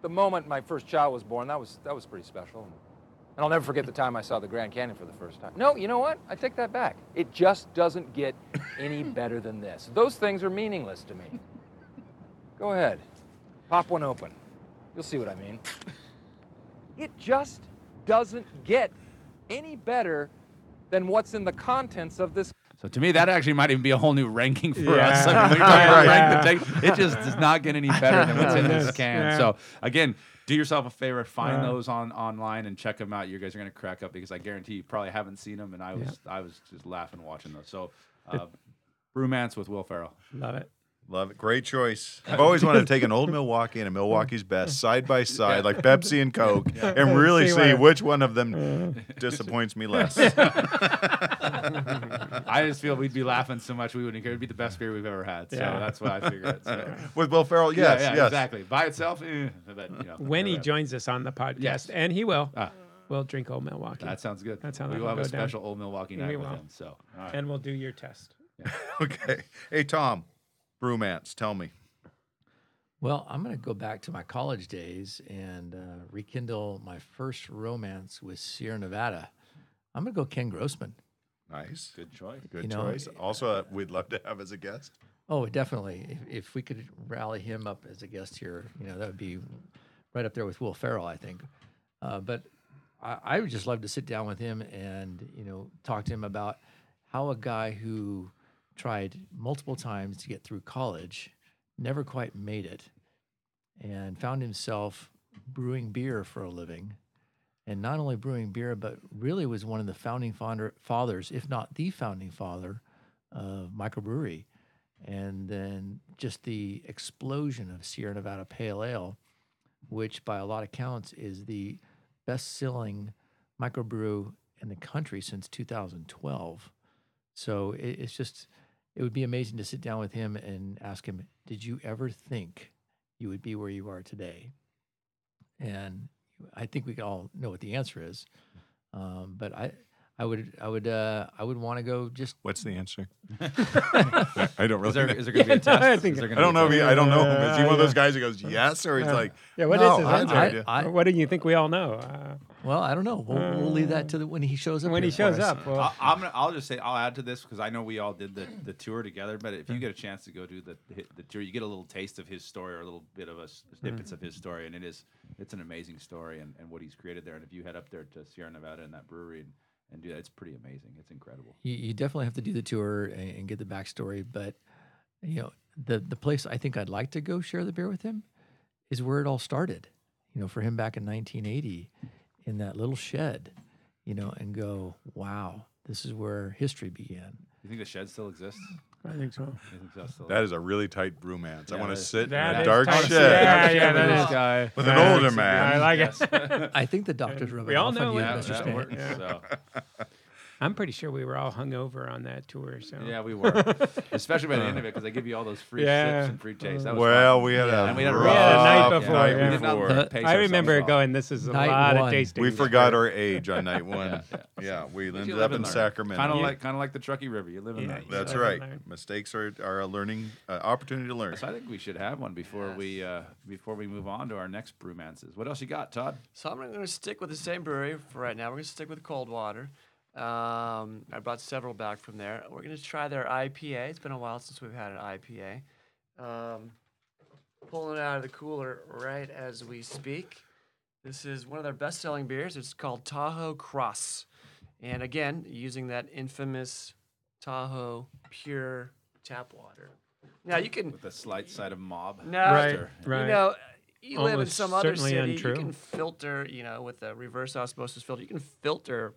I: the moment my first child was born, that was, that was pretty special. And I'll never forget the time I saw the Grand Canyon for the first time. No, you know what? I take that back. It just doesn't get any better than this. Those things are meaningless to me. Go ahead, pop one open. You'll see what I mean. It just doesn't get any better than what's in the contents of this
C: So to me, that actually might even be a whole new ranking for us.
D: Yeah.
C: I mean, we might
D: Yeah.
C: rank the thing. It just does not get any better than what's in this
D: Yes.
C: can.
D: Yeah.
C: So again, do yourself a favor, find
D: Yeah.
C: those on online and check them out. You guys are gonna crack up because I guarantee you probably haven't seen them, and I was I was just laughing watching those. So. Uh, Bromance with Will Ferrell.
D: Love it.
A: Love it. Great choice. I've always wanted to take an old Milwaukee and a Milwaukee's best side by side, like Pepsi and Coke, and really
D: See
A: see,
D: where-
A: which one of them disappoints me less.
C: I just feel we'd be laughing so much we wouldn't care. It'd be the best beer we've ever had. So
D: Yeah.
C: that's why I figure it. So.
A: With Will Ferrell, yes,
C: yeah, yeah,
A: yes.
C: exactly. By itself, eh, but, you know,
D: When he
C: whatever.
D: joins us on the podcast,
C: Yes.
D: and he will,
C: Ah.
D: we'll drink old Milwaukee,
C: that sounds good.
D: That's how
C: we
D: that'll
C: will have a
D: go down.
C: special old Milwaukee
D: We
C: night with
D: will.
C: him. So, all right.
D: and we'll do your test.
A: Okay. Hey, Tom, bromance, tell me.
B: Well, I'm going to go back to my college days and uh, rekindle my first romance with Sierra Nevada. I'm going to go Ken Grossman.
A: Nice. Good choice. Good
B: You know,
A: choice. Also, uh, we'd love to have as a guest.
B: Oh, definitely. If, if we could rally him up as a guest here, you know, that would be right up there with Will Ferrell, I think. Uh, but I, I would just love to sit down with him and, you know, talk to him about how a guy who tried multiple times to get through college never quite made it and found himself brewing beer for a living. And not only brewing beer, but really was one of the founding founder, fathers, if not the founding father of microbrewery and then just the explosion of Sierra Nevada Pale Ale, which by a lot of counts is the best-selling microbrew in the country since 2012. So it, it's just, it would be amazing to sit down with him and ask him, "Did you ever think you would be where you are today?" And I think we all know what the answer is, um, but I, I would, I would, uh, I would want to go just
A: What's the answer? I don't really
C: Is there,
A: know.
C: is there going to be a test?
D: I
C: Is
D: think-
C: there
A: I
C: gonna
A: don't
C: be a
A: know. If
C: test?
A: he, I don't know.
D: Yeah,
A: Is he one of
D: yeah.
A: those guys who goes yes, or he's like,
D: Yeah, what is
A: no,
D: his
A: I have no
D: answer?
A: idea.
B: I,
D: what do you think we all know? Uh,
B: Well, I don't know. We'll, we'll leave that to the, when he shows up.
D: when he
B: here for
D: shows
B: us.
D: up, well,
C: I'll, I'm gonna, I'll just say I'll add to this because I know we all did the, the tour together. But if you get a chance to go do the the tour, you get a little taste of his story or a little bit of a s- snippets of his story, and it is it's an amazing story and, and what he's created there. And if you head up there to Sierra Nevada and that brewery and, and do that, it's pretty amazing. It's incredible.
B: you, you definitely have to do the tour and, and get the backstory. But you know, the the place I think I'd like to go share the beer with him is where it all started. You know, for him back in 1980, in that little shed. You know, and go, wow, this is where history began.
C: You think the shed still exists?
D: I think so.
C: You think that's still
A: That is a really tight bromance. I
C: Yeah,
A: want to
C: that is-
A: sit in
D: That
A: a
D: is
A: dark
D: tight.
A: shed
D: Yeah,
C: Shed
D: yeah,
C: with
D: that
C: this
D: is-
C: guy.
A: with an older
D: I
A: man.
D: like it.
B: I think the doctors rub it
D: We all
B: off
D: know
B: on you,
D: that.
C: Yeah,
B: Mr.
C: that
B: Stan.
C: works, so.
D: I'm pretty sure we were all hungover on that tour. So
C: Yeah, we were. Especially by the end of it, because they give you all those free
D: Yeah.
C: sips and free tastes. That was
A: Well, we had a
C: And we had a
A: rough
C: We had a
D: night
A: night before.
D: before, yeah. We did
C: not
A: We,
C: look- pace
D: I remember
C: ourselves off.
D: going. This is a
B: Night
D: lot
B: one.
D: of tasting.
A: forgot our age on night one. Yeah, we
C: You
A: ended
C: live
A: up
C: and
A: in
C: learn.
A: Sacramento.
C: Kind of like kind of like the Truckee River. You live in
D: Yeah,
C: that.
D: you
A: That's
D: live
A: right.
D: and learn.
A: Mistakes are, are a learning uh, opportunity to learn.
C: So I think we should have one before we uh, before we move on to our next bromances. What else you got, Todd?
E: So I'm going to stick with the same brewery for right now. We're going to stick with Coldwater. Um, I brought several back from there. We're gonna try their IPA. It's been a while since we've had an IPA. Um, pulling it out of the cooler right as we speak. This is one of their best-selling beers. It's called Tahoe Cross, and again using that infamous Tahoe pure tap water. Now you can
C: with the slight side of mob.
E: no,
D: Right,
E: You
D: right.
E: know, you live in
D: Almost
E: some other
D: certainly
E: city.
D: untrue.
E: You can filter, you know, with a reverse osmosis filter, you can filter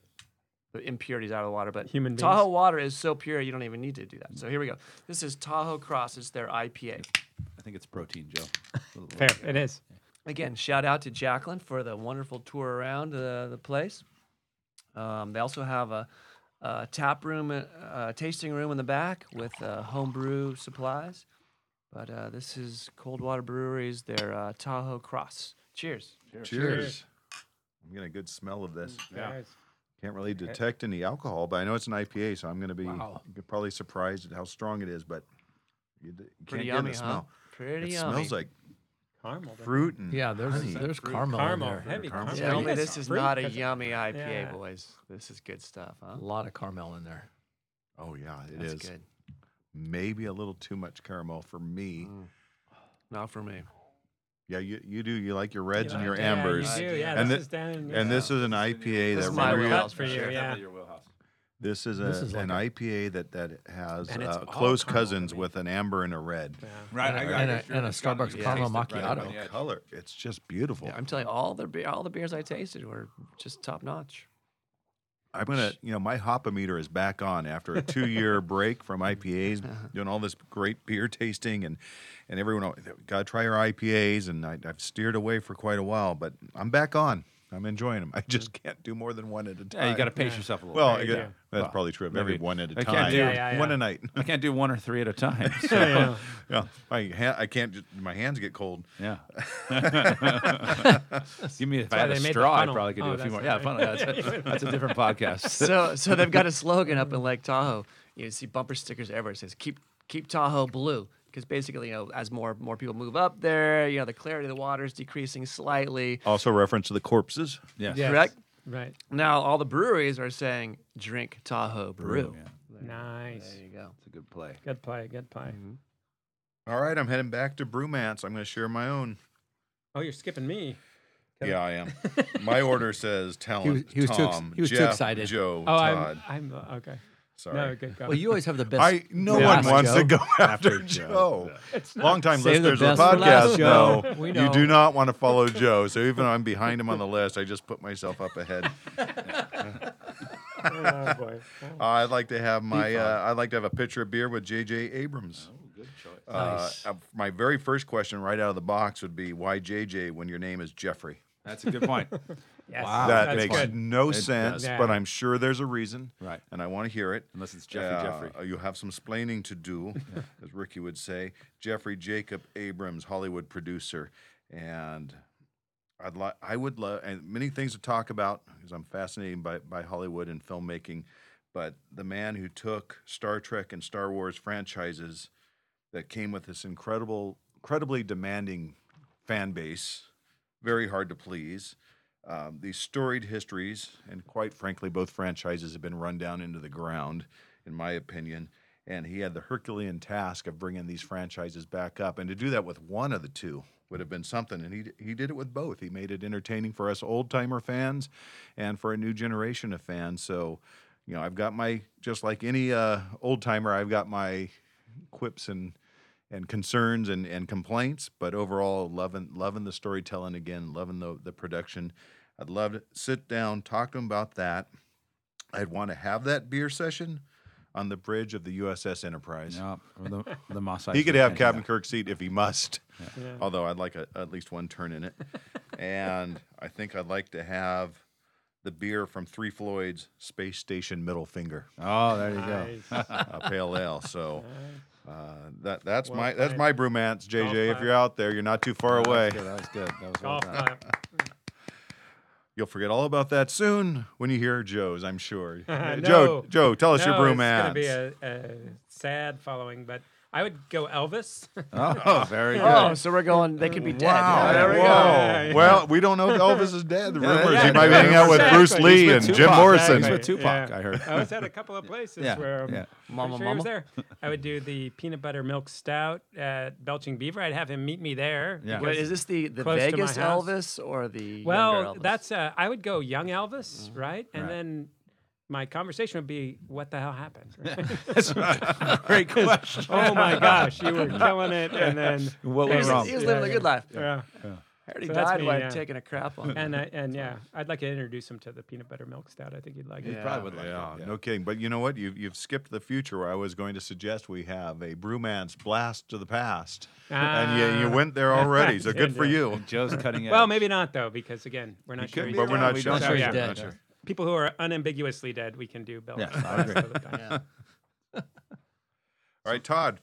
E: the impurities out of the water. But
D: Human
E: Tahoe
D: beings.
E: water is so pure, you don't even need to do that. So here we go. This is Tahoe Cross. It's their IPA.
C: I think it's protein, Joe. Little-
D: Fair. It is.
E: Again, shout out to Jacqueline for the wonderful tour around uh, the place. Um, they also have a, a tap room, uh, a tasting room in the back with uh, homebrew supplies. But uh, this is Coldwater Brewery's their uh, Tahoe Cross. Cheers.
A: Cheers. I'm getting a good smell of this. Can't really detect any alcohol, but I know it's an IPA, so I'm going to be
B: Wow.
A: probably surprised at how strong it is. But you, d- you can't
E: Pretty
A: get in
E: yummy,
A: the
E: huh?
A: smell.
E: Pretty
A: it
E: yummy.
A: smells like
D: Caramel.
A: fruit and
B: Yeah, there's
A: honey.
B: there's caramel,
D: Caramel.
B: in there.
D: Heavy
A: Caramel.
D: caramel.
A: Yeah,
E: Tell me
D: Yes,
E: this is
D: fruit,
E: not a
D: 'cause-
E: yummy IPA,
D: Yeah.
E: boys. This is good stuff, huh?
B: A lot of caramel in there.
A: Oh yeah, it is.
E: That's good.
A: Maybe a little too much caramel for me.
E: Mm. Not for me.
A: Yeah, you, you do. You like your reds and your
D: Yeah, you
A: ambers.
D: do, Yeah,
A: and
D: this
A: thi-
D: is down in
A: And this is an IPA
E: This
A: that
E: is my
A: really
E: wheelhouse
D: for you,
E: sure.
D: yeah.
C: Definitely your wheelhouse.
A: This is, a,
B: This is like
A: an
B: a-
A: IPA that that has
E: And it's
A: uh,
E: all
A: close
E: caramel to
A: cousins
E: me.
A: with an amber and a red.
C: Right.
B: And
C: I
B: a-
C: got
B: and
C: it.
B: a-
C: Sure,
B: and a
C: it's got it.
B: Starbucks
C: You
B: caramel
C: taste it right on
B: macchiato.
C: the edge.
A: Color, it's just beautiful.
E: Yeah, I'm telling you, all the beer, all the beers I tasted were just top notch.
A: I'm gonna, you know, my hopometer is back on after a two-year break from IPAs, doing all this great beer tasting, and and everyone, al- gotta try your IPAs, and I, I've steered away for quite a while, but I'm back on. I'm enjoying them. I just can't do more than one at a time.
C: Yeah, you got to pace yourself a little.
A: Well,
C: bit.
A: I
D: you
A: got-
D: go.
A: that's probably true of
C: maybe-
A: every one at a
C: I
A: time.
C: can't do-
D: Yeah, yeah,
A: One
D: yeah.
A: a night.
C: I can't do one or three at a time. so,
D: Yeah.
A: yeah, my ha- I can't. Just, my hands get cold.
C: yeah. Give me if I
D: why
C: had
D: they
C: a
D: made the
C: straw, I
D: funnel.
C: probably could do
D: Oh,
C: a few more.
D: that's the
C: Yeah,
D: thing.
C: funnel. That's a, that's a different podcast.
E: So, so they've got a slogan up in Lake Tahoe. You see bumper stickers everywhere. It says "Keep Keep Tahoe Blue," because basically, you know, as more more people move up there, you know, the clarity of the water is decreasing slightly.
A: Also, reference to the corpses.
C: yes.
D: Yes.
E: Correct.
D: Right.
E: Now, all the breweries are saying "Drink Tahoe Brew."
C: Yeah.
D: Nice. Mm-hmm.
E: There you go.
C: It's a good play.
D: Good play. Good play.
A: All right, I'm heading back to Brewmance. I'm going to share my own.
D: Oh, you're skipping me.
A: Yeah, I am. my order says talent.
B: He was- he was too ex-
A: Tom,
B: he was too
A: Jeff,
B: excited.
A: Joe,
D: Oh,
A: Todd.
D: I'm. I'm uh, okay.
A: Sorry.
D: No, good. Go.
B: Well, you always have the best.
A: I no
B: Yeah.
A: one
B: Last
A: wants to
B: Joe.
A: go after Joe. Long time
B: Save the
A: listeners of the
B: best for
A: podcast
B: last, Joe.
A: know,
B: We
A: you do
B: know.
A: not want to follow Joe. So even though I'm behind him on the list, I just put myself up ahead.
D: oh boy.
A: Uh, I'd like to have my uh, I'd like to have a pitcher of beer with JJ Abrams.
B: Oh,
C: Good choice.
A: Uh, uh, my very first question right out of the box would be why JJ when your name is Jeffrey?
C: That's a good point.
D: Yes.
C: Wow.
A: that
D: that's
A: makes
D: good.
A: no
C: It
A: sense,
D: does.
A: but I'm sure there's a reason.
C: Right.
A: And I want to hear it.
C: Unless it's Jeffrey Jeffrey.
A: uh, You have some splaining to do, as Ricky would say. Jeffrey Jacob Abrams, Hollywood producer. And I'd li- I would love, and many things to talk about because I'm fascinated by, by Hollywood and filmmaking. But the man who took Star Trek and Star Wars franchises that came with this incredible, incredibly demanding fan base, very hard to please. Um, these storied histories, and quite frankly, both franchises have been run down into the ground, in my opinion. And he had the Herculean task of bringing these franchises back up, and to do that with one of the two would have been something. And he d- he did it with both. He made it entertaining for us old timer fans, and for a new generation of fans. So, you know, I've got my just like any uh, old timer, I've got my quips and and concerns and, and complaints, but overall loving loving the storytelling again, loving the the production. I'd love to sit down, talk to him about that. I'd want to have that beer session on the bridge of the USS Enterprise.
C: Yeah, or the, the Moss
A: He could
C: Isley
A: have
C: Canyon.
A: Captain Kirk's seat if he must.
D: Yeah.
A: Although I'd like a, at least one turn in it. and I think I'd like to have the beer from Three Floyds Space Station Middle Finger,
C: Oh, there you go.
D: Nice.
A: a uh, pale ale. So uh, that that's
D: Well
A: my that's
D: played.
A: my brewmance, JJ. If
D: played.
A: you're out there, you're not too far
C: That
A: away.
C: was good. That was good. That was well
D: Golf
C: done.
D: clap.
A: You'll forget all about that soon when you hear Joe's, I'm sure.
D: No.
A: Joe, Joe, tell us your
D: No,
A: brewmance.
D: It's going to be a, a sad following, but I would go Elvis.
A: Oh, very good.
E: Oh, so we're going. They could be dead.
A: Wow.
E: Yeah, there we
A: Whoa.
E: go.
A: Well, we don't know if Elvis is dead. The rumors
D: yeah,
A: he might be hanging out with
D: exactly.
A: Bruce
D: He's
A: Lee
C: with
A: and Jim
C: Tupac.
A: Morrison.
C: He's with Tupac, I heard.
D: I was at a couple of places
C: Yeah,
D: where um,
C: yeah.
D: mama,
E: Mama,
D: sure he was
E: mama.
D: there. I would do the peanut butter milk stout at Belching Beaver. I'd have him meet me there.
C: Yeah.
D: because-
E: Wait, is this the, the
D: Close to my
E: Vegas
D: house.
E: Elvis or the
D: well,
E: younger Elvis?
D: that's uh, I would go young Elvis, right? And
C: Mm-hmm. Right.
D: then my conversation would be, "What the hell happened?"
C: Great question.
D: oh my gosh, you were killing it, and then
C: What
E: he
C: went
E: was,
C: wrong?
E: he was living
D: Yeah,
E: a
D: yeah.
E: good life.
D: yeah.
E: I already
D: So that's
E: died
D: me,
E: while
D: yeah.
E: taking a crap on.
D: and I, and yeah, I'd like to introduce him to the peanut butter milk stout. I think he'd like it.
E: Yeah.
C: Probably would like
A: Yeah,
C: it, yeah.
A: no kidding. But you know what? You've, you've skipped the future where I was going to suggest we have a Brewman's Blast to the Past. and you, you
D: Ah.
A: went there already, so good for
D: Yeah.
A: you.
C: Joe's cutting edge.
D: Well, maybe not though, because again, we're not sure.
C: could
D: he's
C: be,
A: But
D: dead.
A: we're not
C: we
A: sure.
C: don't
D: So,
C: know.
D: yeah.
B: he's dead.
A: Not sure.
D: People who are unambiguously dead, we can do Bill.
C: Yeah,
D: Cosby
C: I agree.
D: most of the time.
A: All right, Todd,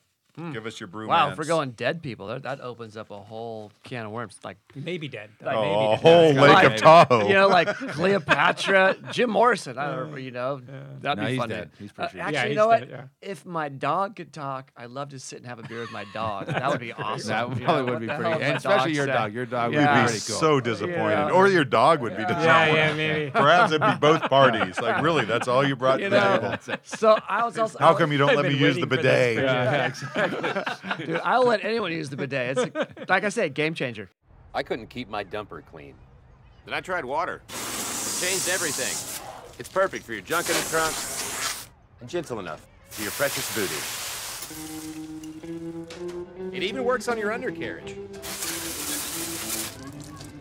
A: give us your Brewman's.
E: Wow, if we're going dead people, that, that opens up a whole can of worms. Like,
D: Maybe dead. though.
E: Like,
D: Maybe
A: Oh, a
D: dead.
A: whole lake of
E: Like-
A: Tahoe.
E: you know, like Cleopatra, Jim Morrison. I don't, you know, that'd
C: No,
E: be
C: he's
E: fun. to-
C: dead. He's
E: Uh,
C: pretty sure.
E: actually,
D: Yeah,
E: you
D: he's
E: know what?
D: dead, yeah.
E: If my dog could talk, I'd love to sit and have a beer with my dog. That would be awesome.
C: That
E: you know,
C: probably would
E: what
C: be
E: the hell
C: pretty,
E: does
C: and
E: my
C: especially your
E: say?
C: dog. Your dog
A: You'd
E: Yeah.
C: would
A: be
C: be pretty cool.
A: so disappointed.
E: Yeah.
A: Or your dog would be disappointed.
D: Yeah, yeah, maybe.
A: Perhaps it'd be both parties. Like, really, that's all you brought
E: You
A: to the
E: know,
A: table.
E: So I was also.
A: How come you don't
D: I've
A: let me
D: been
A: use the
D: waiting for this
A: bidet?
D: for years.
E: Dude, I'll let anyone use the bidet. It's a, like I said, game changer.
J: I couldn't keep my dumper clean. Then I tried water. Changed everything. It's perfect for your junk in the trunk and gentle enough for your precious booty. It even works on your undercarriage.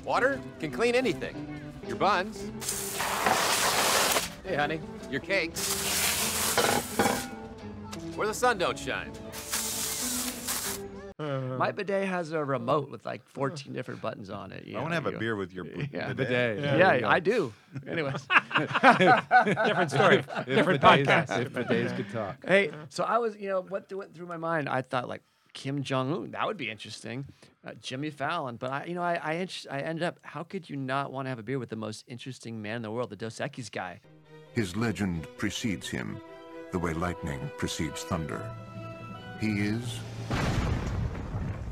J: Water can clean anything. Your buns. Hey, honey. Your cakes. Where the sun don't shine.
E: My bidet has a remote with like 14 different buttons on it. you
A: I want
E: know,
A: to have a
E: you-
A: beer with your b-
E: Yeah.
A: bidet.
C: Bidet.
E: Yeah, I do. Anyways.
D: Different story.
C: If
D: Different
C: bidets-
D: podcast.
C: If bidets could talk.
E: Hey, so I was, you know, what th- went through my mind? I thought like Kim Jong Un, that would be interesting. Uh, Jimmy Fallon, but I, you know, I, I, int- I ended up. How could you not want to have a beer with the most interesting man in the world, the Dos Equis guy?
K: His legend precedes him, the way lightning precedes thunder. He is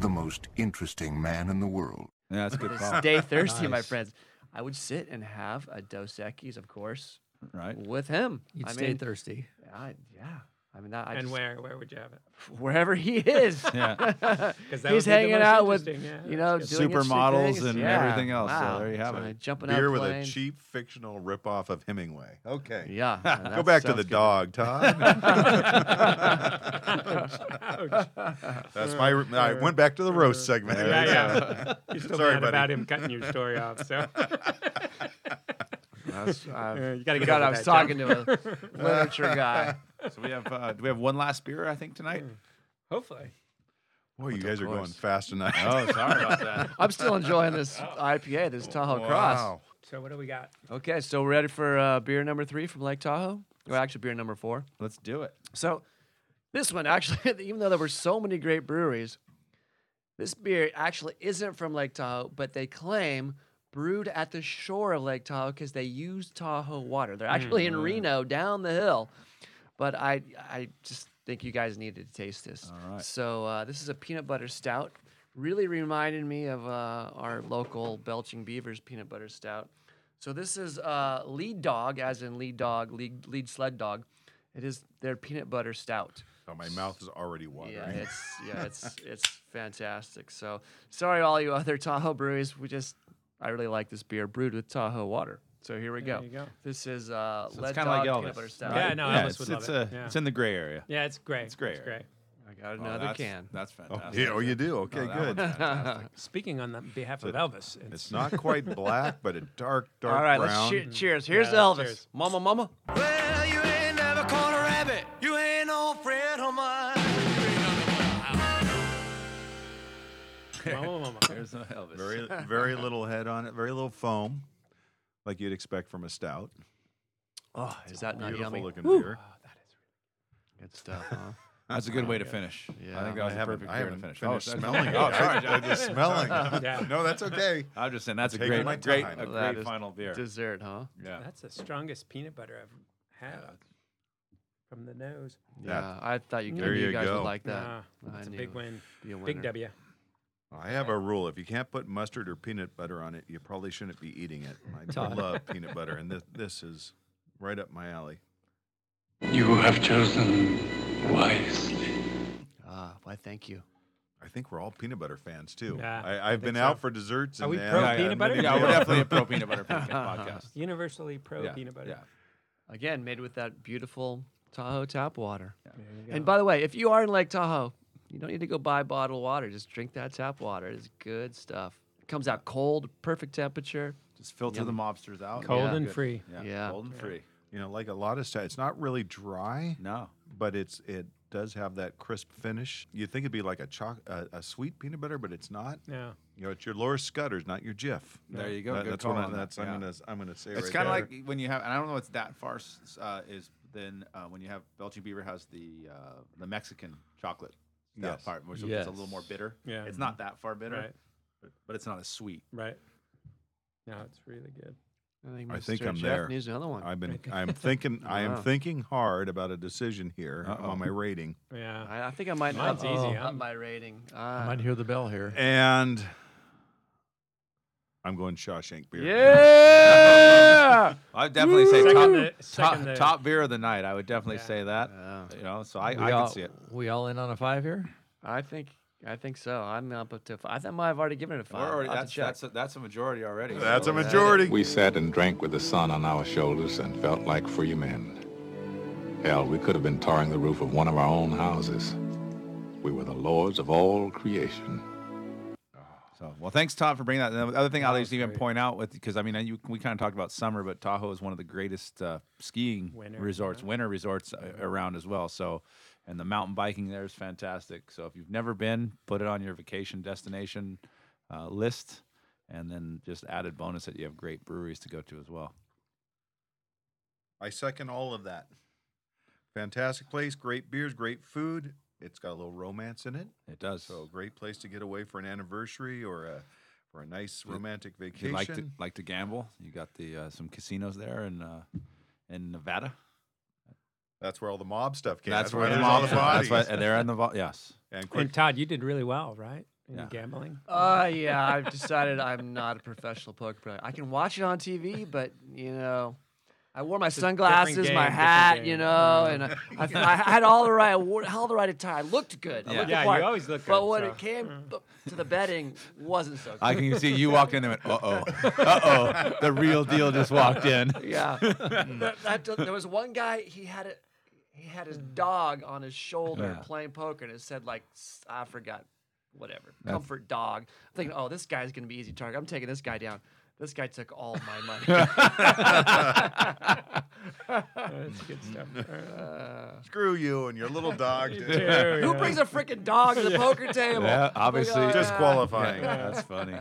K: the most interesting man in the world.
C: Yeah, that's a good call.
E: Stay thirsty, my
B: Nice.
E: friends. I would sit and have a Dos Equis, of course,
C: Right.
E: with him.
B: You'd
E: I
B: stay
E: mean,
B: thirsty.
E: I, yeah. I mean, that, I
D: And
E: just,
D: where? Where would you have it?
E: wherever he is,
C: Yeah.
D: Because
E: he's hanging out with, you know, doing interesting
C: Supermodels
E: things.
C: and
E: Yeah,
C: everything else, so
E: Wow.
C: there you have
E: So
C: it.
E: I- Jumping out
A: Beer
E: of
A: with a
E: planes.
A: cheap fictional ripoff of Hemingway. Okay.
E: Yeah.
A: Go back to the dog, Todd.
D: Ouch.
A: That's my. I went back to the roast segment.
D: Yeah, yeah. You're still
A: Sorry,
D: mad
A: buddy.
D: about him cutting your story off, so Uh, you got to get
E: God,
D: over
E: I was
D: that,
E: talking
D: John.
E: to a literature guy.
C: So we have uh, do we have one last beer I think tonight?
D: Hmm. Hopefully.
A: Boy, you guys are going
E: course.
A: fast tonight.
C: Oh, sorry about that.
E: I'm still enjoying this IPA, this Tahoe Cross.
A: Wow.
D: So what do we got?
E: Okay, so we're ready for uh, beer number three from Lake Tahoe. Or actually, beer number four.
C: Let's do it.
E: So, this one actually, even though there were so many great breweries, this beer actually isn't from Lake Tahoe, but they claim brewed at the shore of Lake Tahoe because they use Tahoe water. They're actually
A: Hmm.
E: in Reno, down the hill. But I, I just think you guys needed to taste this. All right. So uh, this is a peanut butter stout. Really reminded me of uh, our local Belching Beavers peanut butter stout. So this is uh, lead dog, as in lead dog, lead, lead sled dog. It is their peanut butter stout.
A: Oh, my mouth is already watering.
E: Yeah, it's yeah, it's it's fantastic. So sorry, all you other Tahoe breweries. We just I really like this beer brewed with Tahoe water. So here we go.
D: you go.
E: This is uh,
C: So
E: lead
C: it's kind of like
E: dog
C: Elvis.
E: peanut butter stout.
D: Yeah, no, Elvis
C: it's,
D: would
C: it's
D: love
C: a-
D: it. Yeah.
C: It's in the gray area.
D: Yeah, it's great. It's
C: great.
D: great.
E: I got another
C: that's,
E: can.
C: That's
A: Oh,
C: fantastic.
A: yeah, oh, you do. Okay,
C: Oh, that one's
A: good.
C: fantastic.
D: Speaking on the behalf of Elvis, it's,
A: It's not quite black, but a dark, dark
E: All right,
A: brown.
E: let's cheer, cheers. Here's
D: Yeah,
E: Elvis.
D: cheers.
E: Mama, mama.
J: Well, you ain't never caught a rabbit. You ain't no friend of mine.
D: Mama, mama.
C: There's no Elvis.
A: Very, very little head on it. Very little foam, like you'd expect from a stout.
E: Oh, is that not
A: Beautiful
E: yummy?
A: looking beer.
E: Good stuff, huh?
C: that's a good way to finish. I think that
A: I
C: was a
A: haven't,
C: perfect
A: I
C: beer to
A: haven't
C: finish.
A: finished
C: oh,
A: smelling it.
C: Oh,
A: I-
C: sorry,
A: I,
C: John.
A: the smelling.
D: Yeah.
A: No, that's okay.
C: I'm just saying that's a
A: Taking
C: great,
A: my
C: great,
A: time.
C: a
E: That
C: great
E: is
C: final beer.
E: Dessert, huh?
C: yeah.
D: That's the strongest peanut butter I've had. from the nose.
E: Yeah, I thought you, could,
A: There
E: you
A: you
E: guys
A: go.
E: would like that.
D: Nah,
E: I
D: that's a
E: knew
D: big
E: it
D: win.
E: would be a
D: Big
E: winner.
D: W.
A: I have a rule. If you can't put mustard or peanut butter on it, you probably shouldn't be eating it. I
L: Todd.
A: love peanut butter, and this, this is right up my alley.
L: You have chosen wisely.
E: Ah, why? Thank you.
A: I think we're all peanut butter fans too.
D: Yeah,
A: I,
D: I
A: I've been
D: think so.
A: out for desserts.
D: Are
A: and
D: we
A: they
D: pro
A: have-
D: peanut
A: and
D: butter?
A: they
D: Yeah,
A: do.
D: we're definitely
C: a pro peanut butter podcast.
D: Universally pro
C: Yeah,
D: peanut butter.
C: yeah.
E: Again, made with that beautiful Tahoe tap water.
D: you
E: And
D: go.
E: by the way, if you are in Lake Tahoe, you don't need to go buy bottled water. Just drink that tap water. It's good stuff. It comes out cold, perfect temperature.
C: Just filter the mobsters out.
D: Cold and free.
E: Yeah.
C: Cold and free.
A: You know, like a lot of stuff. It's not really dry.
C: No.
A: But it's it does have that crisp finish. You think it'd be like a choc a, a sweet peanut butter, but it's not.
D: Yeah.
A: You know, it's your Laura Scudder's, not your Jif.
C: There you go.
A: That-
C: Good
A: that's
C: call
A: what I,
C: on that,
A: that's I'm
C: yeah.
A: gonna s- I'm gonna say.
C: It's
A: right
C: kind of
A: there.
C: like when you have, and I don't know what's that far s- uh, is than uh, when you have Belching Beaver has the uh, the Mexican chocolate style
A: Yes.
C: part, which is a little
D: Yes.
C: more bitter.
D: Yeah.
C: it's not that far bitter,
D: Right.
C: but, but it's not as sweet.
D: Right. No, it's really good.
E: think,
A: I think
E: Mr.
A: I'm
E: Jeff
A: there.
E: needs another one.
A: I've been. I'm thinking. I am
E: Wow.
A: thinking hard about a decision here
E: Uh-oh.
A: on my rating.
D: Yeah.
E: I, I think I might
D: Mine's
E: up,
D: easy.
E: up
D: I'm-
E: my rating.
B: I
E: Ah.
B: might hear the bell here.
A: And I'm going Shawshank beer.
C: Yeah, I'd definitely say top,
D: Second the-
C: top,
D: second the-
C: top beer of the night. I would definitely say that. You know, so I, I can
B: all,
C: see it.
B: We all in on a five here?
E: I think I think so. I'm up to. Five. I think I might have already given it a
C: We're
E: five.
C: already,
E: I'll have
C: that's,
E: to check.
C: that's, a, that's a majority already.
E: That's a
C: So-
E: majority.
M: We sat and drank with the sun on our shoulders and felt like free men. Hell, we could have been tarring the roof of one of our own houses. We were the lords of all creation.
C: So, well, thanks, Todd, for bringing that. And the other thing I'll just even point out with because I mean, you, we kind of talked about summer, but Tahoe is one of the greatest uh, skiing
D: Winter,
C: resorts, winter resorts uh, around as well. So, and the mountain biking there is fantastic. So, if you've never been, put it on your vacation destination uh, list, and then just added bonus that you have great breweries to go to as well.
A: I second all of that. Fantastic place, great beers, great food. It's got a little romance in it.
C: It does.
A: So a great place to get away for an anniversary or a for a nice
C: you-
A: romantic
C: If you
A: vacation.
C: like to like to gamble, you got the uh, some casinos there in uh, in Nevada.
A: That's where all the mob stuff came.
C: That's
A: why
C: where the
A: there's all
C: mob. That's why and they're in the vault. Yes.
A: And quick
D: And Todd, you did really well, right? In
C: Yeah.
D: gambling.
E: Uh, yeah, I've decided I'm not a professional poker player. I can watch it on TV, but you know, I wore my
D: It's a different
E: sunglasses, my
D: game,
E: hat,
D: different
E: you
D: game. Uh-huh.
E: know, and I, I, th- I had all the right, I wore, held the right attire. I looked good. I
C: Yeah.
E: looked the
D: Yeah, you
E: part,
D: always look
E: But
D: good,
E: when
D: so. Mm-hmm.
E: it came b- to the betting, wasn't so. Good.
C: I can see you walked in and went, uh oh, uh oh, the real deal just walked in.
E: Yeah. That- that does- there was one guy. He had it. He had his dog on his shoulder
C: Yeah.
E: playing poker, and it said like s- I forgot, whatever
C: That's-
E: comfort dog. I'm thinking, oh, this guy's gonna be easy target. I'm taking this guy down. This guy took all my money. That's
D: good stuff.
A: screw you and your little dog.
E: Who
A: dude.
E: brings a freaking dog to the
A: Yeah.
E: poker table? Oh
C: Yeah, obviously.
A: Disqualifying.
C: Yeah, that's funny.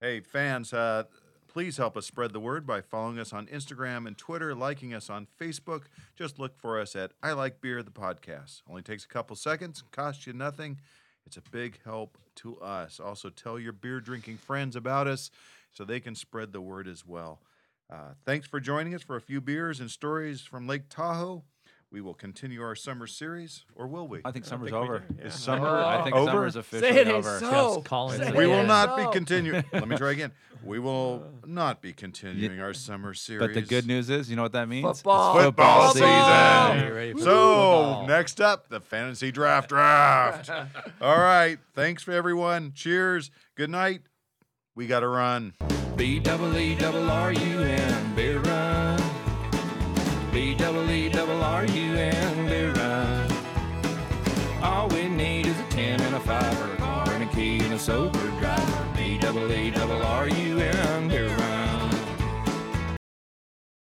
A: Hey, fans, uh, please help us spread the word by following us on Instagram and Twitter, liking us on Facebook. Just look for us at I Like Beer, the podcast. Only takes a couple seconds, costs you nothing. It's a big help to us. Also, tell your beer drinking friends about us so they can spread the word as well. Uh, thanks for joining us for a few beers and stories from Lake Tahoe. We will continue our summer series, or will we?
C: I think summer's over.
A: Is summer
C: I think
A: over?
C: summer's officially
E: it ain't
C: over.
E: so. Just calling Say it
A: we
E: it
A: will
E: ain't
A: not be
E: so.
A: continuing. Let me try again. We will not be continuing our summer series.
C: But the good news is, you know what that means? It's
E: Football.
A: football
C: football
A: season.
C: season.
A: So next up, the fantasy draft draft. All right. Thanks for everyone. Cheers. Good night. We gotta run.
L: B double E double R U N beer run. B double E double R U N beer run. All we need is a ten and a five or a car and a key and a sober driver. B double E double R U N beer